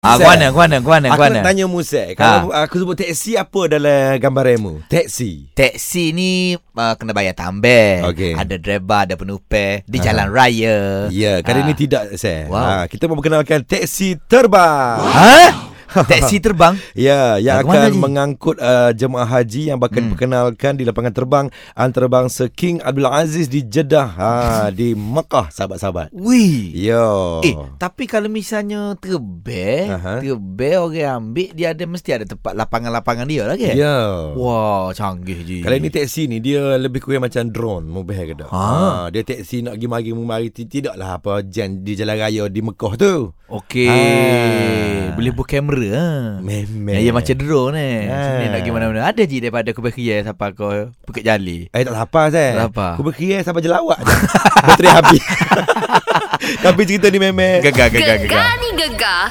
Ah, Sel. kau mana, kau mana, kau mana, Aku kau nak mana? tanya Musa eh. Kalau Ha. aku sebut teksi Apa dalam gambaran mu Teksi Teksi ni uh, kena bayar tambah. Okey. Ada driver, ada penumpang di Ah. jalan raya. Ya kali Ah. ni tidak Sel Wow. ha, Kita mau perkenalkan Teksi terbang Ha? Teksi terbang? Ya, yang Lagu mana, akan Ji? mengangkut uh, jemaah haji yang bakal hmm. diperkenalkan di lapangan terbang antarabangsa King Abdul Aziz di Jeddah, ha, di Mekah, sahabat-sahabat. Ya. Wih. Yo. Eh, tapi kalau misalnya terbang, Aha. terbang orang ambil dia ada mesti ada tempat lapangan-lapangan dia lagi. Yo. eh. Wah, canggih je. Kalau Ya. ni teksi ni dia lebih kurang macam drone, mubah ke tak? Ah. Ha, dia teksi nak pergi mari mari ti- tidaklah apa jan di jalan raya di Mekah tu. Okey. Ah. Boleh buat kamera. Ha? Memang. Ya, ya macam drone eh. Ah. Sini nak pergi mana-mana. Ada je daripada Kubah Kriya sampai kau Bukit Jali. Eh tak lapar saya. Tak lapar. Aku berkira sampai jelawak je. Baterai habis. Tapi cerita ni memang. Gegar, gegar, gegar. Gegar ni gegar.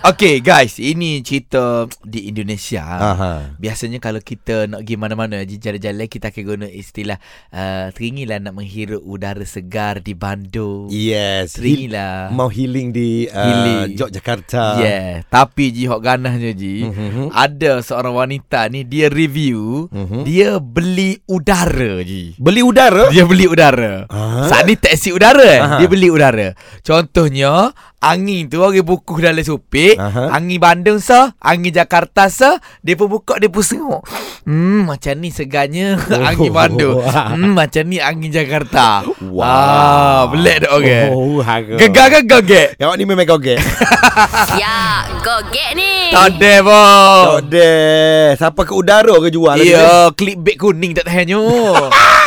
Okay guys, ini cerita di Indonesia. Aha. Biasanya kalau kita nak pergi mana-mana je jalan-jalan kita akan guna istilah uh, teringilah nak menghirup udara segar di Bandung. Yes. Teringilah. Mau healing di uh, Healing. Yogyakarta. Yeah, tapi ji hok ganahnya ji. Mm-hmm. Ada seorang wanita ni dia review, mm-hmm. dia beli udara ji. Beli udara? Dia beli udara. Ah? Saat ni teksi udara eh. Aha. Dia beli udara. Contohnya, angin tu orang bukuh dalam supik. Aha. Angin Bandung sah, angin Jakarta sah. Dia pun buka, dia pun sengok. Hmm, macam ni segarnya Oh. angin Bandung. Hmm, macam ni angin Jakarta. Wah. Ah, belik dah orang. Oh, harga. Gegar-gegar gek. Awak ni memang goget. ya, gogek ni. Tak ada Tak pun. deh. Siapa ke udara ke jual? Ya, clickbait kuning tak tahannya.